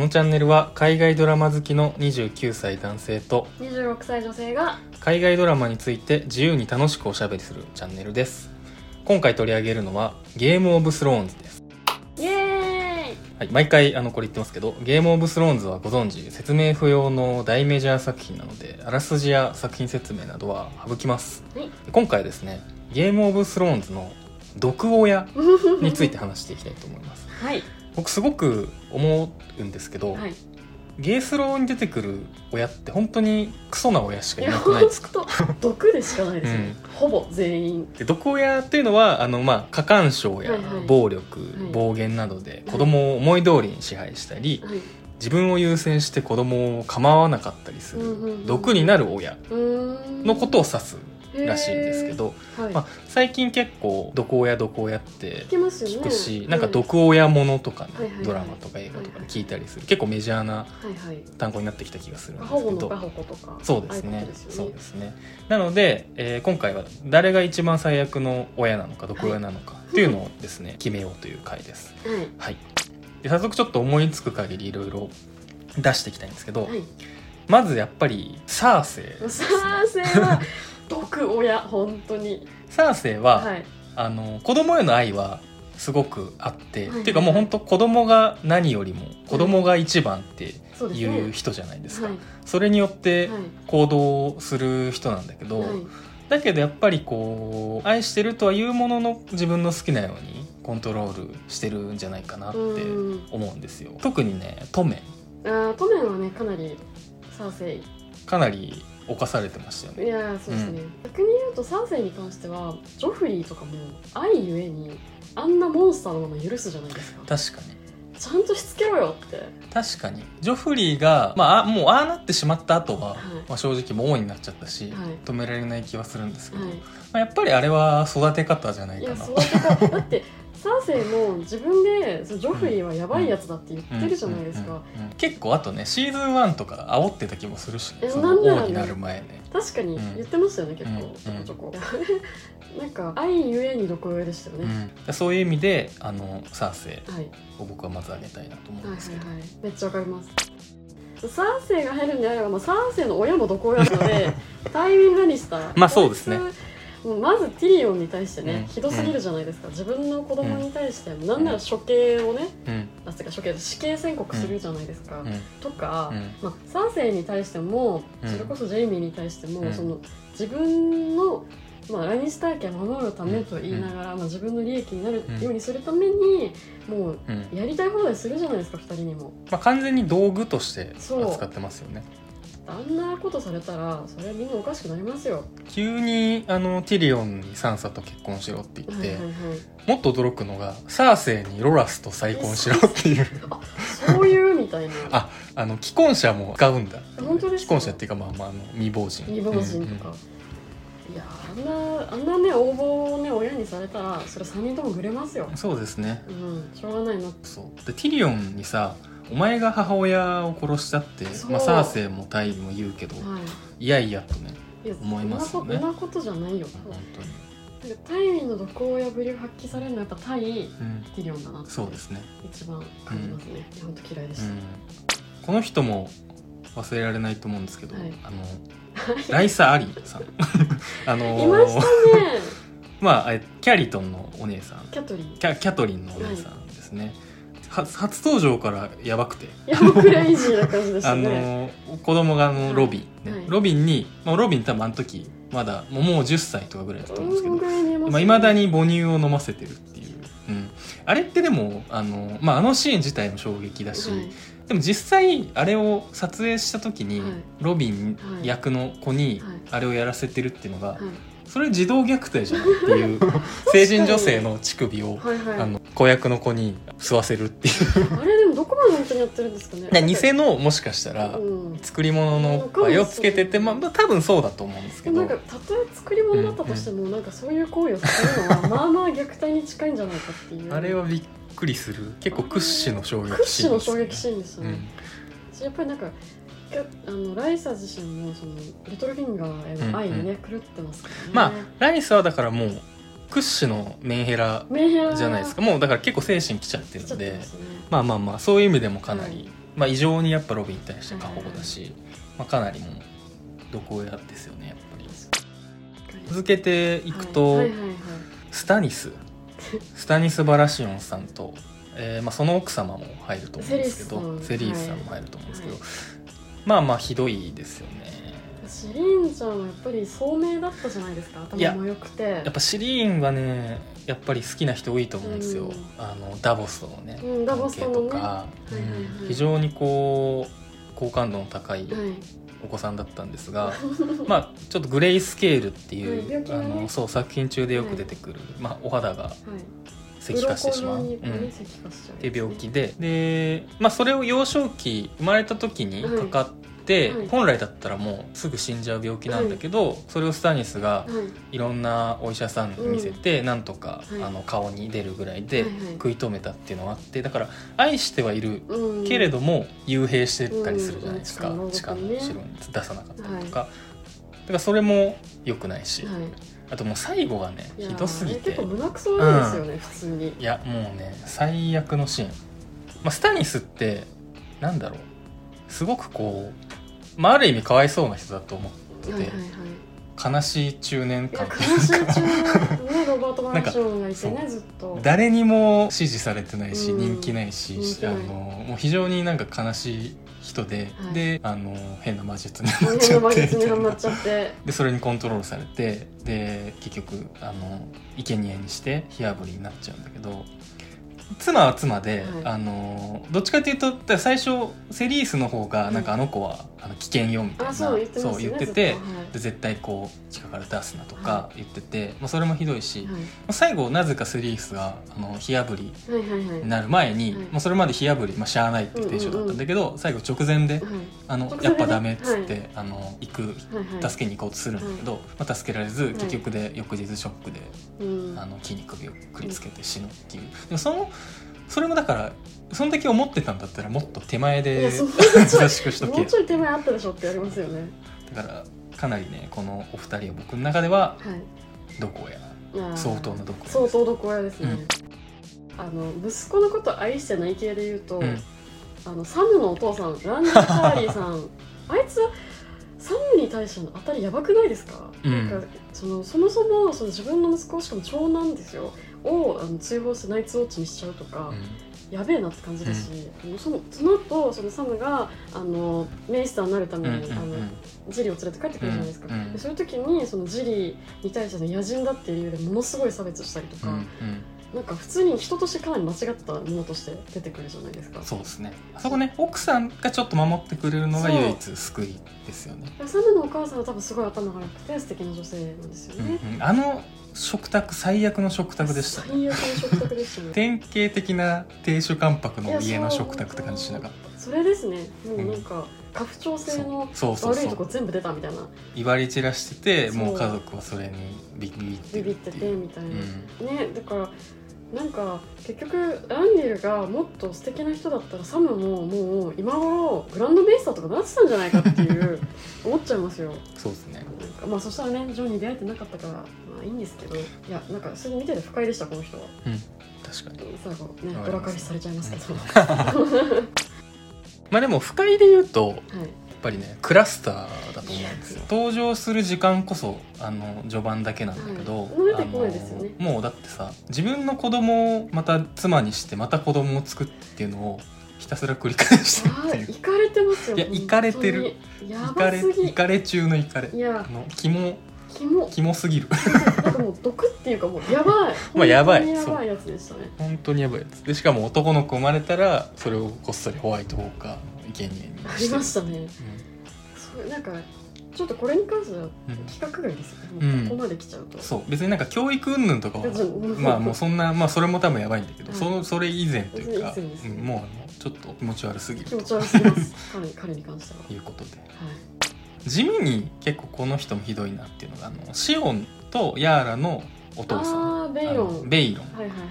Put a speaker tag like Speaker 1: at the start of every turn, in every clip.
Speaker 1: のチャンネルは海外ドラマ好きの29歳男性と
Speaker 2: 26歳女性が
Speaker 1: 海外ドラマについて自由に楽しくおしゃべりするチャンネルです今回取り上げるのはゲームオブスローンズです、
Speaker 2: イエーイ
Speaker 1: はい、毎回あのこれ言ってますけどゲームオブスローンズはご存知説明不要の大メジャー作品なのであらすじや作品説明などは省きます
Speaker 2: はい
Speaker 1: 今回ですねゲームオブスローンズの毒親について話していきたいと思います
Speaker 2: はい
Speaker 1: 僕すごく思うんですけど、
Speaker 2: はい
Speaker 1: ゲースローに出てくる親って本当にクソな親しかいなくないですか
Speaker 2: ほ んと毒でしかないですね、ほぼ全員
Speaker 1: で毒親っていうのはあの、まあ、過干渉や
Speaker 2: はいはい
Speaker 1: 暴力、
Speaker 2: はい
Speaker 1: 暴言などで子供を思い通りに支配したり、
Speaker 2: はい
Speaker 1: 自分を優先して子供を構わなかったりする、
Speaker 2: うんうんうん
Speaker 1: 毒になる親
Speaker 2: うーん
Speaker 1: のことを指すらしいんですけど、
Speaker 2: へーはい、
Speaker 1: まあ、最近結構毒親毒親って
Speaker 2: 聞きますよね
Speaker 1: 聞くし、なんか毒親ものとかね、
Speaker 2: はいはいはい
Speaker 1: ドラマとか映画とかで聞いたりする、結構メジャーな
Speaker 2: はいはい
Speaker 1: 単語になってきた気がするん
Speaker 2: ア
Speaker 1: です
Speaker 2: ホ
Speaker 1: け
Speaker 2: の
Speaker 1: ど
Speaker 2: ガ。ホコとか
Speaker 1: そうです
Speaker 2: ああい
Speaker 1: ね
Speaker 2: ことです
Speaker 1: そ
Speaker 2: よ
Speaker 1: う
Speaker 2: ね
Speaker 1: ですねなので、えー今回は誰が一番最悪の親なのか毒親なのかっていうのをですね、決めようという回です
Speaker 2: はい
Speaker 1: はいで早速ちょっと思いつく限りいろいろ出していきたいんですけど、
Speaker 2: はい
Speaker 1: まずやっぱりサーセイです
Speaker 2: サ
Speaker 1: ね
Speaker 2: ーセイは毒 親本当に
Speaker 1: サーセイは、
Speaker 2: はい
Speaker 1: あの子供への愛はすごくあって、
Speaker 2: はい
Speaker 1: っていうかもう本当子供が何よりも子供が一番って
Speaker 2: そうですね
Speaker 1: いう人じゃないですか、
Speaker 2: はい
Speaker 1: それによって
Speaker 2: はい
Speaker 1: 行動する人なんだけど、
Speaker 2: はい
Speaker 1: だけどやっぱりこう愛してるとは言うものの自分の好きなようにコントロールしてるんじゃないかなって
Speaker 2: うん
Speaker 1: 思うんですよ特にねトメ
Speaker 2: あートメンはねかなりサーセイ
Speaker 1: かなり犯されてましたよ
Speaker 2: い
Speaker 1: ね
Speaker 2: やーそうですね、逆に言うと3世に関してはジョフリーとかも愛ゆえにあんなモンスターのまま許すじゃないですか
Speaker 1: 確かに
Speaker 2: ちゃんとしつけろよって
Speaker 1: 確かにジョフリーが、まああ、もうああなってしまった後は、
Speaker 2: はい
Speaker 1: まあ、正直もう王になっちゃったし、
Speaker 2: はい
Speaker 1: 止められない気はするんですけど、
Speaker 2: は
Speaker 1: まあ、やっぱりあれは育て方じゃないい
Speaker 2: い
Speaker 1: か
Speaker 2: や
Speaker 1: な
Speaker 2: そうだからだって3世も自分でそのジョフリーはやばいやつだって言ってるじゃないですか
Speaker 1: うんうんうん結構あとねシーズン1とか煽ってた気もするし、ね、
Speaker 2: え
Speaker 1: そ
Speaker 2: な
Speaker 1: の
Speaker 2: んでなんだ
Speaker 1: 王になる前ね
Speaker 2: 確かに言ってましたよね、結構ちょ
Speaker 1: うん
Speaker 2: こちょこ、 なんか愛ゆえに毒親でしたよ
Speaker 1: う
Speaker 2: ね、
Speaker 1: ん、そういう意味であのサーセ
Speaker 2: はい
Speaker 1: イを僕はまずあげたいなと思うん
Speaker 2: はいはい
Speaker 1: ですけど、
Speaker 2: はいめっちゃわかります3世が入るんであれば、まあ、3世の親もどこ親なの でタイミングにした
Speaker 1: まあそうですね
Speaker 2: こいつもうまずティリオンに対してね、
Speaker 1: うん
Speaker 2: ひどすぎるじゃないですか、自分の子供に対してなんなら処刑をね、
Speaker 1: うん
Speaker 2: あてか処刑死刑宣告するじゃないですか、
Speaker 1: うん
Speaker 2: とか、
Speaker 1: うん
Speaker 2: まあ、3世に対しても
Speaker 1: うん
Speaker 2: それこそジェイミーに対しても、
Speaker 1: うん
Speaker 2: その自分の、まあ、ラニスター家を守るためと言いながら、まあ、自分の利益になるようにするために、もう
Speaker 1: うん
Speaker 2: やりたい放題するじゃないですか2人にも。
Speaker 1: まあ、完全に道具として
Speaker 2: そう
Speaker 1: 扱ってますよね
Speaker 2: あんなことされたらそれはみんなおかしくなりますよ。
Speaker 1: 急にあのティリオンにサンサと結婚しろって言っ
Speaker 2: はい
Speaker 1: て、
Speaker 2: はいはい、
Speaker 1: もっと驚くのがサーセイにロラスと再婚しろっていう
Speaker 2: そういうみたいな
Speaker 1: あ あの既婚者も使うんだ
Speaker 2: 本当です
Speaker 1: 既
Speaker 2: か
Speaker 1: 婚者っていうかまあまああの未亡人
Speaker 2: 未亡人と
Speaker 1: うん
Speaker 2: か
Speaker 1: うん、
Speaker 2: いやあんなあんなね応募をね親にされたらそれ3人ともぐれますよ。
Speaker 1: そうですね
Speaker 2: うん、しょうがないな
Speaker 1: そうでティリオンにさお前が母親を殺したって、
Speaker 2: そう
Speaker 1: まあ、サーセイもタイも言うけど、い、やいやとね
Speaker 2: いや
Speaker 1: 思いますよね
Speaker 2: そんなことそんなことじゃないよ
Speaker 1: 本当に、
Speaker 2: なんかタイの毒親ぶりを発揮されるのはやっぱタイ
Speaker 1: うん、
Speaker 2: ティリオンだなって
Speaker 1: そうですね、
Speaker 2: 一番感じますね、いや本当嫌いで
Speaker 1: う
Speaker 2: し
Speaker 1: ん、この人も忘れられないと思うんですけど、
Speaker 2: はい
Speaker 1: あのライサ・アリー さんあ
Speaker 2: た、
Speaker 1: の
Speaker 2: いましたね
Speaker 1: まあえキャリトンのお姉さん
Speaker 2: キャトリー
Speaker 1: キャキャトリンのお姉さんですね、は初登場からやばくて、
Speaker 2: いやもうクレイジーな感じでし
Speaker 1: あ
Speaker 2: たね
Speaker 1: の子供があ
Speaker 2: はい
Speaker 1: のロビン、ね
Speaker 2: はい
Speaker 1: ロビンに、まあ、ロビン多分あの時まだもうもう10歳とかぐらいだと
Speaker 2: う
Speaker 1: 思うんですけど
Speaker 2: んぐらいにいま
Speaker 1: まあ、未だに母乳を飲ませてるっていう、うん、あれってでもあの,、まあ、あのシーン自体も衝撃だし、
Speaker 2: はい
Speaker 1: でも実際あれを撮影した時に、
Speaker 2: はい
Speaker 1: ロビン役の子に
Speaker 2: はい
Speaker 1: あれをやらせてるっていうのが、
Speaker 2: は
Speaker 1: それ児童虐待じゃないっていう 成人女性の乳首を、
Speaker 2: いはいはい
Speaker 1: あの子役の子に吸わせるっ ていう
Speaker 2: あれでもどこまで本当にやってるんですかね
Speaker 1: で偽のもしかしたら
Speaker 2: うん
Speaker 1: 作り物のおっぱいをつけてて、まあ、まあ多分そうだと思うんです
Speaker 2: で
Speaker 1: け
Speaker 2: もな
Speaker 1: ど
Speaker 2: んかたとえ作り物だったとしても、なんかそういう行為をするのはまあまあ虐待に近いんじゃないかっていう
Speaker 1: あれはびっくりする結構屈指の衝撃シー
Speaker 2: 屈
Speaker 1: ン
Speaker 2: 指の
Speaker 1: です
Speaker 2: 衝
Speaker 1: ね
Speaker 2: 撃シーンでしたね、やっぱりなんかがあのライサ自身もそのリトルフィンガーへの愛にね、狂ってますからね
Speaker 1: まあライスはだからもう屈指のメンヘラ
Speaker 2: メンヘラ
Speaker 1: じゃないですかもうだから結構精神きちゃってる
Speaker 2: 来ちゃ
Speaker 1: の
Speaker 2: って
Speaker 1: で
Speaker 2: ますね
Speaker 1: まあまあまあそういう意味でもかなりまあ、異常にやっぱロビンに対して過保護だし、まあ、かなりもう毒親ですよねやっぱり続けていくと、
Speaker 2: はいはいはいはい
Speaker 1: スタニススタニス・バラシオンさんと、えーまあ、その奥様も入ると思うんですけど
Speaker 2: セ
Speaker 1: セ
Speaker 2: リ
Speaker 1: リー
Speaker 2: ース
Speaker 1: ス
Speaker 2: さ
Speaker 1: さ
Speaker 2: ん
Speaker 1: んも入ると思うんですけど、
Speaker 2: は
Speaker 1: まあまあひどいですよね
Speaker 2: シリーンちゃんはやっぱり聡明だったじゃないですか
Speaker 1: いや
Speaker 2: 頭も良くて
Speaker 1: やっぱシリーンはねやっぱり好きな人多いと思うんですよ、
Speaker 2: うん
Speaker 1: あのダボスとのね、
Speaker 2: うんダボスとの
Speaker 1: 関係と
Speaker 2: ね
Speaker 1: か、
Speaker 2: いはいはい
Speaker 1: うん非常にこう好感度の高い
Speaker 2: はい
Speaker 1: お子さんだったんですが、 まあちょっとグレイスケールってい、
Speaker 2: はいう病気
Speaker 1: あ
Speaker 2: のね
Speaker 1: のそう作品中でよく出てくる、まあ、お肌が石化してしまう。
Speaker 2: 鱗に
Speaker 1: うん
Speaker 2: ね石化しちゃう
Speaker 1: って病気でで、まあ、それを幼少期生まれた時にかかって、
Speaker 2: はいはい
Speaker 1: 本来だったらもうすぐ死んじゃう病気なんだけど、それをスタニスが
Speaker 2: はいはい
Speaker 1: いろんなお医者さんに見せて、なんとか、
Speaker 2: はい
Speaker 1: あの顔に出るぐらいで
Speaker 2: はいはい
Speaker 1: 食い止めたっていうのがあってだから愛してはいる
Speaker 2: うん
Speaker 1: けれども幽閉してたりするじゃないですか、
Speaker 2: うん
Speaker 1: 地下の
Speaker 2: ね
Speaker 1: 城に出さなかったりとか、だからそれも良くないし、
Speaker 2: はい
Speaker 1: あともう最後がね
Speaker 2: いや
Speaker 1: ひどすぎ
Speaker 2: あれ
Speaker 1: て
Speaker 2: 結構胸くそなんですよね、普通に
Speaker 1: いやもうね最悪のシーン、まあ、スタニスってなんだろうすごくこう、まあ、ある意味かわいそうな人だと思ってて、
Speaker 2: はいはいはい
Speaker 1: 悲しい中年
Speaker 2: いや
Speaker 1: 感
Speaker 2: 悲しい中ねロバート・マンションがいて
Speaker 1: なん
Speaker 2: ねずっ と
Speaker 1: 誰にも支持されてないし、
Speaker 2: うん
Speaker 1: 人気ないし
Speaker 2: 人気
Speaker 1: あ
Speaker 2: ない
Speaker 1: のもう非常になんか悲しい人で、
Speaker 2: はい
Speaker 1: であの変な魔術になっちゃ
Speaker 2: 変な
Speaker 1: っ
Speaker 2: 魔
Speaker 1: て
Speaker 2: 術
Speaker 1: み
Speaker 2: に
Speaker 1: た
Speaker 2: ハ
Speaker 1: い
Speaker 2: マ
Speaker 1: な
Speaker 2: っち ゃって
Speaker 1: でそれにコントロールされてで結局あの生贄にして火炙りになっちゃうんだけど妻は妻で、
Speaker 2: はい
Speaker 1: あのどっちかっていうとだから最初セリースの方がなんかあの子は、あの危険よみたいな
Speaker 2: あそう言ってますね
Speaker 1: そう言ってて
Speaker 2: ずっとはい
Speaker 1: で絶対こう地下から出すなと
Speaker 2: は
Speaker 1: か言ってて、まあ、それもひどいし、ま
Speaker 2: はい
Speaker 1: あ最後なぜかセリースがあの火炙り
Speaker 2: はいはいはい
Speaker 1: になる前に、
Speaker 2: はい
Speaker 1: まあ、それまで火炙り、まあ、しゃあないっていうテンションだったんだけど、最後直前で
Speaker 2: はい
Speaker 1: あの
Speaker 2: 直前で
Speaker 1: やっぱダメっつって、
Speaker 2: は
Speaker 1: あの行く
Speaker 2: はいはい
Speaker 1: 助けに行こうとするんだけど、まあ、助けられず結局で翌日ショックで、
Speaker 2: うん
Speaker 1: あの木に首をくりつけて死ぬっていうでもそのそれもだからそんだけ思ってたんだったらもっと手前
Speaker 2: い
Speaker 1: で
Speaker 2: やそんな
Speaker 1: 優しくしとけ
Speaker 2: もう
Speaker 1: よ
Speaker 2: ちょい手前あったでしょってやりますよね
Speaker 1: だからかなりねこのお二人は僕の中では
Speaker 2: はい
Speaker 1: どこや
Speaker 2: いやー
Speaker 1: 相当などこや
Speaker 2: 相当の子親ですね、あの息子のこと愛してない系で言うと、
Speaker 1: うん
Speaker 2: あのサムのお父さんランディ・カーリーさ んあいつサムに対しての当たりやばくないですか,、
Speaker 1: うん
Speaker 2: なんかそのそもそもその自分の息子しかも長男ですよをあの追放してナイツウォッチにしちゃうとか、やべえなって感じだし、もうそのその後そのサムがあのメイスターになるため
Speaker 1: うんうん
Speaker 2: に、
Speaker 1: うんう
Speaker 2: あの
Speaker 1: ん
Speaker 2: ジリーを連れて帰ってくるじゃないですか、
Speaker 1: うんうん
Speaker 2: でそういう時にそのジリーに対しての野人だっていう理由でものすごい差別したりと
Speaker 1: う
Speaker 2: か、
Speaker 1: ん
Speaker 2: なんか普通に人としてかなり間違ったものとして出てくるじゃないですか
Speaker 1: そうですねあそこね奥さんがちょっと守ってくれるのが唯一救いですよね、
Speaker 2: サムのお母さんは多分すごい頭が良くて素敵な女性なんですよ
Speaker 1: う
Speaker 2: ね、
Speaker 1: んうんあの食卓最悪の食卓でしたね
Speaker 2: 最悪の食卓でしたね
Speaker 1: 典型的な亭主関白の家の食卓って感じしなかっ
Speaker 2: それですねもうなんか家父長
Speaker 1: た
Speaker 2: 制の
Speaker 1: そうそう
Speaker 2: 悪
Speaker 1: そ
Speaker 2: いうと
Speaker 1: そ
Speaker 2: こ
Speaker 1: う
Speaker 2: 全部出たみたいな
Speaker 1: 威張り散らしてて
Speaker 2: そう
Speaker 1: もう家族はそれにビビって
Speaker 2: ビビ
Speaker 1: る
Speaker 2: ってて
Speaker 1: い
Speaker 2: て
Speaker 1: う
Speaker 2: みたいな、
Speaker 1: うん
Speaker 2: ねだからなんか結局ランディルがもっと素敵な人だったらサムももう今頃グランドベイスターとかなってたんじゃないかっていう 思っちゃいますよ
Speaker 1: そうですね
Speaker 2: なんかまあそしたらねジョンに出会えてなかったからまあいいんですけどいやなんかそれ見てて不快でしたこの人は
Speaker 1: うん確かに
Speaker 2: 最後ね
Speaker 1: わかります
Speaker 2: ドラカリされちゃいますけど、は
Speaker 1: まあでも不快で言うとや
Speaker 2: い
Speaker 1: っぱりねクラスターだと思うんですよ登場する時間こそあの序盤だけなんだけど、
Speaker 2: はい出てこないですよね
Speaker 1: あのもうだってさ自分の子供をまた妻にしてまた子供を作ってっていうのをひたすら繰り返してる
Speaker 2: あ
Speaker 1: って
Speaker 2: ー
Speaker 1: いう
Speaker 2: 行かれてますよ
Speaker 1: いや行かれてる
Speaker 2: 本当にや
Speaker 1: イカ
Speaker 2: ば
Speaker 1: レ
Speaker 2: すぎ
Speaker 1: イカレ中のイカレ
Speaker 2: いや
Speaker 1: あのキモ
Speaker 2: キモ
Speaker 1: キモすぎる
Speaker 2: なんかもう毒っていうかもうやばい
Speaker 1: まあやばい
Speaker 2: 本当にやばいやつでしたね
Speaker 1: 本当にやばいやつでしかも男の子生まれたらそれをこっそりホワイトホーカーの生贄に
Speaker 2: あり
Speaker 1: して
Speaker 2: ましたね
Speaker 1: う
Speaker 2: そうなんかちょっとこれに関しては
Speaker 1: んうん
Speaker 2: 規格外ですよね、
Speaker 1: うん
Speaker 2: もうここまで来ちゃうと
Speaker 1: そう別になんか教育云々とかは
Speaker 2: 別に
Speaker 1: まあもうそんなまあそれも多分やばいんだけど、
Speaker 2: うん
Speaker 1: そのそれ以前というか
Speaker 2: それ以前ですね
Speaker 1: うんもうあのちょっと気持ち悪すぎる
Speaker 2: 気持
Speaker 1: と
Speaker 2: ち悪すぎます彼彼に関しては、
Speaker 1: いうことで
Speaker 2: は
Speaker 1: 地味に結構この人もひどいなっていうのがあのシオンとヤーラのお父さん
Speaker 2: い、ああベイロ
Speaker 1: あの
Speaker 2: ン
Speaker 1: ベイロン
Speaker 2: はいはいはい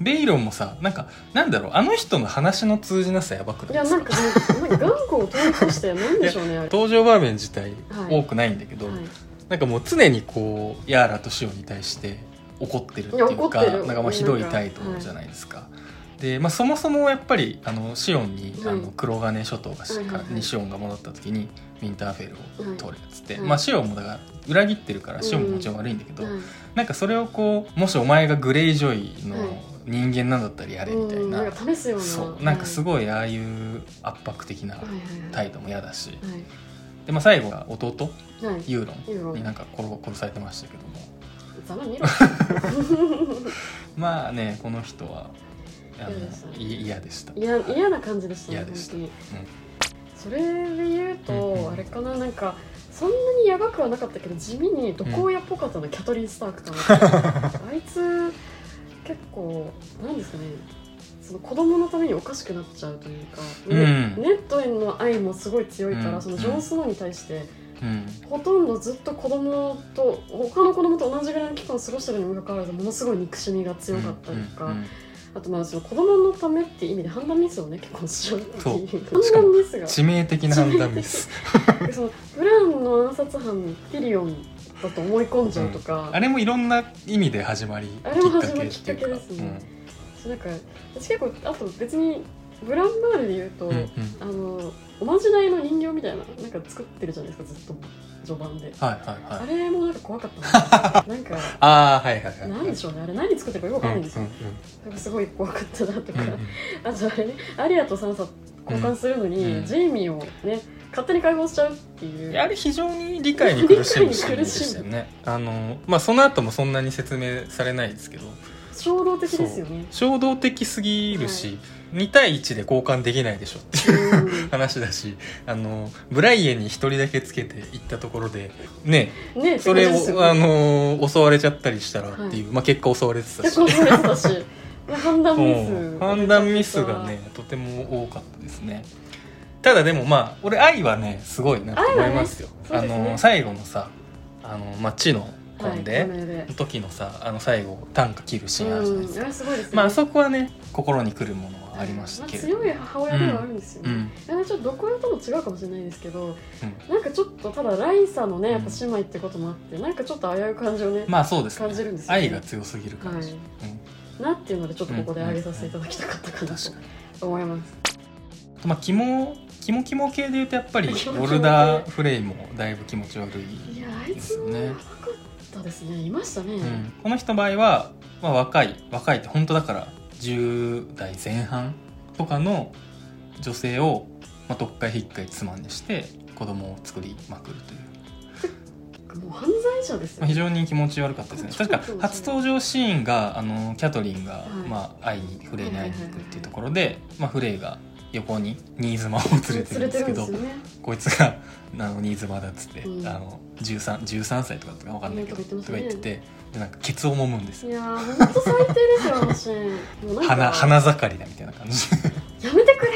Speaker 1: ベイロンもさなんかなんだろうあの人の話の通じなさやばくない
Speaker 2: い
Speaker 1: で
Speaker 2: や
Speaker 1: すか
Speaker 2: なんかなんかなんか頑固を通り越してなんでしょうねあれ、
Speaker 1: 登場場面自体
Speaker 2: はい
Speaker 1: 多くないんだけど、
Speaker 2: はい
Speaker 1: なんかもう常にこうヤーラとシオンに対して怒ってるっていうか
Speaker 2: いや怒ってる
Speaker 1: なんかまあひどい態度じゃないですか、で、まあ、そもそもやっぱりあのシオンに、
Speaker 2: うん
Speaker 1: あの黒金諸島がし
Speaker 2: はいはいはい
Speaker 1: にシオンが戻った時にウィンターフェルを通れっつって、
Speaker 2: はい
Speaker 1: まあ、シオンもだから裏切ってるから
Speaker 2: ん
Speaker 1: シオンももちろん悪いんだけど、
Speaker 2: はい
Speaker 1: なんかそれをこうもしお前がグレイジョイの
Speaker 2: はい
Speaker 1: 人間なんだったらやれみたい
Speaker 2: うん、
Speaker 1: な,、
Speaker 2: なんか試すような
Speaker 1: そうなんかす
Speaker 2: い
Speaker 1: ごいああいう圧迫的な
Speaker 2: はいはいはい
Speaker 1: 態度も嫌だし、
Speaker 2: はい
Speaker 1: でまあ、最後は弟
Speaker 2: はい
Speaker 1: ユーロ
Speaker 2: ユーロ
Speaker 1: ンになんか殺殺されてましたけども
Speaker 2: ざまあ見ろ
Speaker 1: まあねこの人はあの
Speaker 2: 嫌でしたね
Speaker 1: い嫌でした。
Speaker 2: いや嫌な感じでしたね
Speaker 1: 嫌でした
Speaker 2: 本当に、それで言うと、
Speaker 1: うん
Speaker 2: あれかななんかそんなにやばくはなかったけど地味にどこやっぽかったの、キャトリン・スタークと思って あいつ結構なんですかねその子供のためにおかしくなっちゃうというか、ね
Speaker 1: うん
Speaker 2: ネットへの愛もすごい強いから、
Speaker 1: うん
Speaker 2: そのジョン・スノーに対して
Speaker 1: うん
Speaker 2: ほとんどずっと子供と他の子供と同じぐらいの期間を過ごしてるにもかかわらずものすごい憎しみが強かったりとか、
Speaker 1: うんうん
Speaker 2: あとまあその子供のためっていう意味で判断ミスをね結構しちゃうっていう
Speaker 1: そう
Speaker 2: 判断ミスがそ
Speaker 1: 致命的な判断ミ ス
Speaker 2: のブランの暗殺犯にティリオンだと思い込んじゃうとか、
Speaker 1: あれもいろんな意味で始まり
Speaker 2: あれも始まり
Speaker 1: きっかけっていうか
Speaker 2: きっかけですねそうなんか私結構あと別にブランバールで言うと、
Speaker 1: うんうんうん
Speaker 2: あのおまじないの人形みたいななんか作ってるじゃないですかずっと序盤で、
Speaker 1: はいはいは
Speaker 2: あ
Speaker 1: い
Speaker 2: れもなんか怖かったななんか
Speaker 1: ああ はいはいはい
Speaker 2: なんでしょうねあれ何作ってるかよくわかんないんですよ、なんかすごい怖かったなとか、あとあれねアリアとサンサ交換するのに、
Speaker 1: うん
Speaker 2: ジェイミーをね勝手に解放しちゃうっていううん
Speaker 1: あれ非常に理解に苦しむシーンでしたよねあのまあその後もそんなに説明されないですけど
Speaker 2: 衝動的ですよね
Speaker 1: 衝動的すぎるし、2対1で交換できないでしょっていう
Speaker 2: う
Speaker 1: 話だしあのブライエンに1人だけつけて行ったところでね
Speaker 2: んね
Speaker 1: それを
Speaker 2: ってことですよね
Speaker 1: あの襲われちゃったりしたらっていう、まあ結果襲われてたし
Speaker 2: 結構それだし判断ミ
Speaker 1: うん
Speaker 2: ス
Speaker 1: 判断ミスがねとても多かったですねただでもまあ俺愛はねすごいなと思いますよ、
Speaker 2: 愛は
Speaker 1: あ
Speaker 2: ねそうですね
Speaker 1: の最後のさあの、まあ、地のコン
Speaker 2: はい
Speaker 1: デ
Speaker 2: ごめんね
Speaker 1: の時のさあの最後短歌切るシーンあるじゃないで
Speaker 2: う
Speaker 1: す
Speaker 2: ん
Speaker 1: か、
Speaker 2: あれすごいですね
Speaker 1: まああそこはね心に来るものはありましたけれど
Speaker 2: まあ強い母親ではあるんですよ
Speaker 1: う
Speaker 2: ね、
Speaker 1: ん
Speaker 2: あれちょっとどこやとも違うかもしれないですけど、
Speaker 1: ん
Speaker 2: なんかちょっとただライサのねやっぱ
Speaker 1: うん
Speaker 2: 姉妹ってこともあって、なんかちょっと危うい感じをね、
Speaker 1: まあそうですね
Speaker 2: 感じるんですよね
Speaker 1: 愛が強すぎる感じ、
Speaker 2: は
Speaker 1: うん
Speaker 2: い、なっていうのでちょっとここで挙げさせていただきたかったかな
Speaker 1: 確か
Speaker 2: と
Speaker 1: に
Speaker 2: 思います、
Speaker 1: まあキモキモキモ系で言うとやっぱり
Speaker 2: キモキモ
Speaker 1: ボ
Speaker 2: 系
Speaker 1: ルダーフレイもだいぶ気持ち悪
Speaker 2: い
Speaker 1: い、
Speaker 2: やあいつもやばかったですねいましたね、
Speaker 1: うん、この人の場合は、まあ、若い若いって本当だから10代前半とかの女性を、まあ、どっかひっかいつまんでして子供を作りまくるという、
Speaker 2: もう犯罪者です
Speaker 1: ま
Speaker 2: よ、
Speaker 1: あ、非常に気持ち悪かったですね
Speaker 2: ちょっと
Speaker 1: 確か初登場シーンがあのキャトリンが、
Speaker 2: い
Speaker 1: まあ、会いにフレイに会いに行くっていうところで、まあ、フレイが横に新妻を連れてるんですけど
Speaker 2: 連れてるんですよね
Speaker 1: こいつが 「あの新妻だ」っつって、
Speaker 2: うん
Speaker 1: あの 13, 13歳とかだったか分かんないけど、
Speaker 2: うん
Speaker 1: と
Speaker 2: とか
Speaker 1: か言
Speaker 2: 言っ
Speaker 1: ってて
Speaker 2: ま
Speaker 1: てでなんかケツを揉むんです
Speaker 2: い
Speaker 1: よ
Speaker 2: やーほんと最低ですよあのシーンもうなん
Speaker 1: 花
Speaker 2: か
Speaker 1: 花盛りだみたいな感 じ、
Speaker 2: やめてくれっ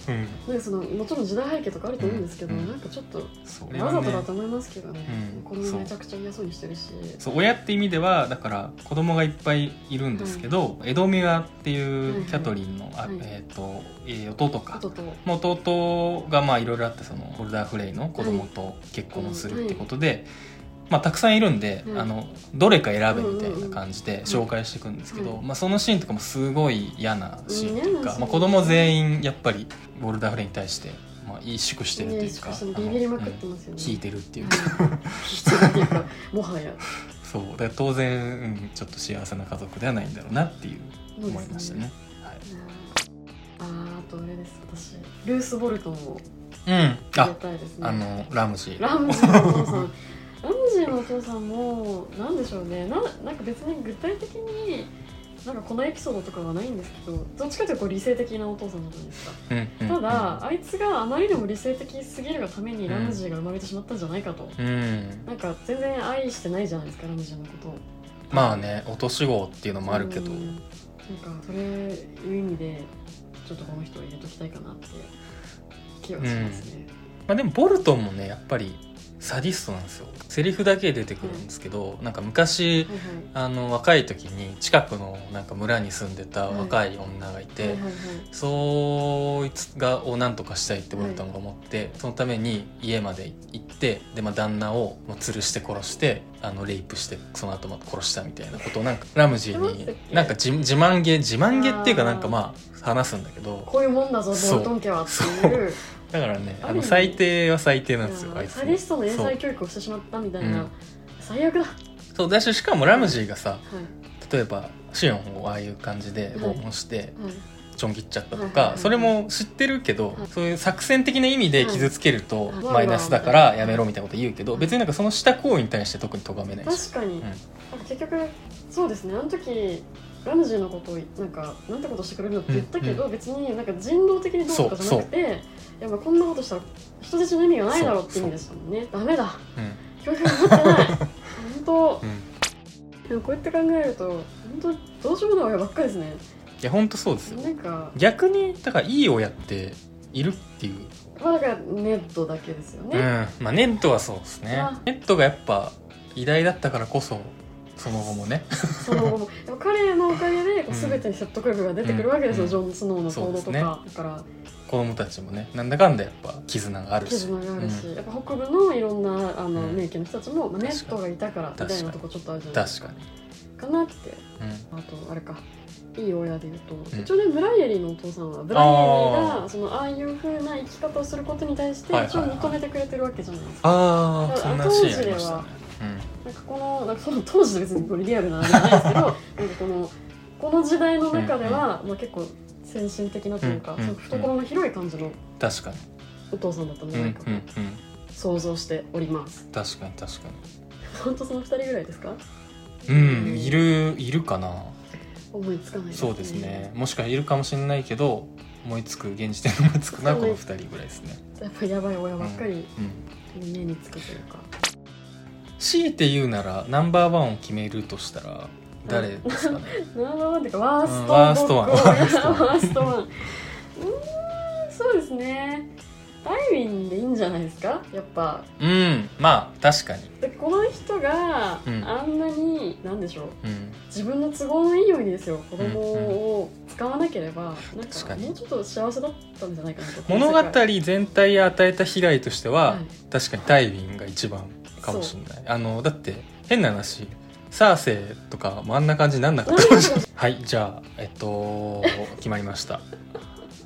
Speaker 2: て
Speaker 1: うん、
Speaker 2: なんかそのもちろん時代背景とかあると思うんですけど、
Speaker 1: うん
Speaker 2: なんかちょっと
Speaker 1: それ
Speaker 2: わ
Speaker 1: は
Speaker 2: ざとだ
Speaker 1: ね
Speaker 2: と思いますけどね、
Speaker 1: うん
Speaker 2: このめちゃくちゃ嫌そうにしてるし
Speaker 1: そう親って意味ではだから子供がいっぱいいるんですけど、エドミュアって
Speaker 2: はい
Speaker 1: い
Speaker 2: は
Speaker 1: う
Speaker 2: い
Speaker 1: キャトリンの、あ
Speaker 2: はい
Speaker 1: えーとえー弟か
Speaker 2: ことと
Speaker 1: の弟がまあいろいろあってそのホルダーフレイの子供と結婚をするってことで、まあ、たくさんいるんで、
Speaker 2: うん
Speaker 1: あのどれか選べみたいな感じで紹介していくんですけど、
Speaker 2: うんうん
Speaker 1: まあ、そのシーンとかもすごい嫌なシーンという
Speaker 2: うん嫌な
Speaker 1: か、
Speaker 2: シーン
Speaker 1: まあ、子供全員やっぱりホルダーフレイに対して、まあ、萎縮してると
Speaker 2: ね
Speaker 1: いう
Speaker 2: し
Speaker 1: か、
Speaker 2: かもその
Speaker 1: あの
Speaker 2: ビビりまく
Speaker 1: う
Speaker 2: っ
Speaker 1: ん
Speaker 2: てますよね、
Speaker 1: 引いてるっていうか、
Speaker 2: はい引いてるっていうかもはや
Speaker 1: そうだから当然、うんちょっと幸せな家族ではないんだろうなっていう
Speaker 2: そうです
Speaker 1: 思いましたね。はい
Speaker 2: あーあとあれです私ルース・ボルトンを
Speaker 1: うん、
Speaker 2: 入れ
Speaker 1: あ
Speaker 2: たいですね
Speaker 1: あのラムジー
Speaker 2: ラムジーのお父さんラムジーのお父さんもなんでしょうねななんか別に具体的になんかこのエピソードとかはないんですけどどっちかというとこう理性的なお父さんじゃないですか
Speaker 1: うんうん
Speaker 2: ただあいつがあまりにも理性的すぎるがために
Speaker 1: うん
Speaker 2: ラムジーが生まれてしまったんじゃないかと、
Speaker 1: うん、
Speaker 2: なんか全然愛してないじゃないですかラムジーのことを
Speaker 1: まあね落とし号っていうのもあるけど、
Speaker 2: うんなんかそれいう意味でちょっとこの人を入れときたいかなって気はしますね、
Speaker 1: まあ、でもボルトンもねやっぱりサディストなんですよセリフだけ出てくるんですけど、なんか昔
Speaker 2: はいはい
Speaker 1: あの若い時に近くのなんか村に住んでた若い女がいて、
Speaker 2: はいはいはい
Speaker 1: そいつがをなんとかしたいってボルトンが思って、そのために家まで行っってで、まあ、旦那をもう吊るして殺してあのレイプしてその後また殺したみたいなことをなんかラムジー
Speaker 2: そうだっ
Speaker 1: に
Speaker 2: け
Speaker 1: なんか自自慢げ自慢げっていうかなんかまあ話すんだけど
Speaker 2: こういうもんだぞ
Speaker 1: そう
Speaker 2: ボルトン家はっていう
Speaker 1: だからねあ
Speaker 2: ある意
Speaker 1: の
Speaker 2: 味
Speaker 1: 最低は最低なんですよあ
Speaker 2: う
Speaker 1: い
Speaker 2: ん
Speaker 1: つ
Speaker 2: サディストの英
Speaker 1: そう
Speaker 2: 才教育をしてしまったみたいな、
Speaker 1: うん
Speaker 2: 最悪だ、はい、
Speaker 1: そうだししかもラムジーがさ
Speaker 2: はい
Speaker 1: 例えばシオンをああいう感じで訪問してちょん切っちゃったと
Speaker 2: はいはい
Speaker 1: か
Speaker 2: はい
Speaker 1: それも知ってるけど
Speaker 2: はい
Speaker 1: そういう作戦的な意味で傷つけると
Speaker 2: はい
Speaker 1: マイナスだからやめろみたいなこと言うけど
Speaker 2: はい
Speaker 1: 別になんかそのした行為に対して特に咎めないし
Speaker 2: 確かに、
Speaker 1: ん
Speaker 2: なんか結局そうですねあの時ラムジーのことをなんかなんてことしてくれるのって言ったけど、別になんか人道的にどうとかじゃなくていやまあこんなことしたら人質の意味がないだろうって意味でしたもんねダメだ
Speaker 1: うん
Speaker 2: 教育が持ってない本当
Speaker 1: うん
Speaker 2: でもこうやって考えると本当どうしようもない親ばっかりですね
Speaker 1: いや本当そうですよ
Speaker 2: なんか
Speaker 1: 逆にだからいい親っているっていう、
Speaker 2: まあだからネットだけですよ
Speaker 1: うん
Speaker 2: ね、
Speaker 1: まあネットはそうですね
Speaker 2: あ
Speaker 1: ネットがやっぱ偉大だったからこそその後もね
Speaker 2: その後 もでも彼のおかげでこう
Speaker 1: うん
Speaker 2: 全てに説得力が出てくるわけですよ、
Speaker 1: うん
Speaker 2: ジョン・スノーの
Speaker 1: そ
Speaker 2: 行動と
Speaker 1: う
Speaker 2: か、
Speaker 1: ですね
Speaker 2: だから
Speaker 1: 子供たちもねなんだかんだやっぱ絆があるし
Speaker 2: 絆があるし、
Speaker 1: う
Speaker 2: やっぱ北部のいろんなあの、
Speaker 1: うん
Speaker 2: 名家の人たちも、まあ、ネ
Speaker 1: 確
Speaker 2: ッ
Speaker 1: か
Speaker 2: ト
Speaker 1: に
Speaker 2: がいたからみたいなとこちょっとあるじゃないです
Speaker 1: 確
Speaker 2: か
Speaker 1: かに、
Speaker 2: かなって
Speaker 1: うん、
Speaker 2: あとあれかいい親で言うと、
Speaker 1: ん
Speaker 2: 一応ねブライエリーのお父さんはブライエリー
Speaker 1: あー
Speaker 2: がそのああいう風な生き方をすることに対して
Speaker 1: はいはい
Speaker 2: 一応
Speaker 1: はい
Speaker 2: 認めてくれてるわけじゃないですか、
Speaker 1: ああ
Speaker 2: だか
Speaker 1: そ
Speaker 2: ら
Speaker 1: んなシーンありましたね、
Speaker 2: なんかこのなんかその当時と別にこれリアルなあれじゃないですけどなんかこのこの時代の中では、まあ、結構先進的なというか、
Speaker 1: うんうんうん
Speaker 2: その懐の広い感じの
Speaker 1: うん、確かに
Speaker 2: お父さんだったんじ
Speaker 1: う
Speaker 2: ゃ
Speaker 1: んう
Speaker 2: なんいかと
Speaker 1: うん
Speaker 2: 想像しております、
Speaker 1: 確かに確か
Speaker 2: 本当その2人ぐらいですか
Speaker 1: にうんいるいるかな
Speaker 2: 思いつかない
Speaker 1: そうですねもしかいるかもしれないけど思いつく現時点で思いつくのはこの2人ぐらいですね、
Speaker 2: やっぱやばい親ばっかり
Speaker 1: うん、
Speaker 2: 目につくというか、
Speaker 1: 強いて言うならナンバーワンを決めるとしたら誰ですかね
Speaker 2: ナンバーワンっていうかワ
Speaker 1: うんワー
Speaker 2: ー
Speaker 1: ス
Speaker 2: スト
Speaker 1: トワ
Speaker 2: ワ
Speaker 1: ン
Speaker 2: ン ワーストワンうーんそうですねダイウィンでいいんじゃないですかやっぱ
Speaker 1: うんまあ確かに、
Speaker 2: でこの人が
Speaker 1: うん
Speaker 2: あんなに、なんでしょう
Speaker 1: うん、
Speaker 2: 自分の都合のいいようにですよ子供を使わなければ、なん
Speaker 1: 確
Speaker 2: か
Speaker 1: かに
Speaker 2: もうちょっと幸せだったんじゃないかなと
Speaker 1: 物語
Speaker 2: この世界
Speaker 1: 全体へ与えた被害としては、
Speaker 2: はい
Speaker 1: 確かにタイビンが一番かもしれないあのだって変な話サーセイとかもあんな感じになんなかったかもしれないはいじゃあえっと決まりました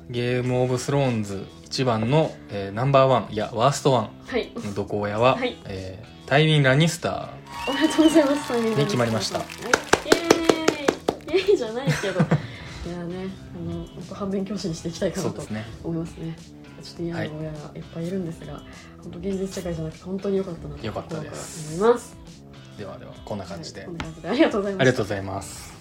Speaker 1: ゲームオブスローンズ1番の、えーナンバーワンいやワーストワ
Speaker 2: はい
Speaker 1: ンのどこ親は、
Speaker 2: はい
Speaker 1: えータイビン・ラニスタ
Speaker 2: おめでとうございます。3人
Speaker 1: ね決まりました
Speaker 2: はい、イエーイ、イエーイじゃないけど、い やね、あの本当反面教師にしていきたい
Speaker 1: ー
Speaker 2: か
Speaker 1: そ
Speaker 2: な
Speaker 1: うで
Speaker 2: と
Speaker 1: すね
Speaker 2: 思いますね。ちょっと嫌な親がいっぱいいるんですが、本当現実世界じゃなくて本当に良かったなと
Speaker 1: 良かったです
Speaker 2: 心から思います。
Speaker 1: ではではこんな感じで、
Speaker 2: はいこんな感じでありがとうございま
Speaker 1: あり
Speaker 2: した
Speaker 1: が。とうございます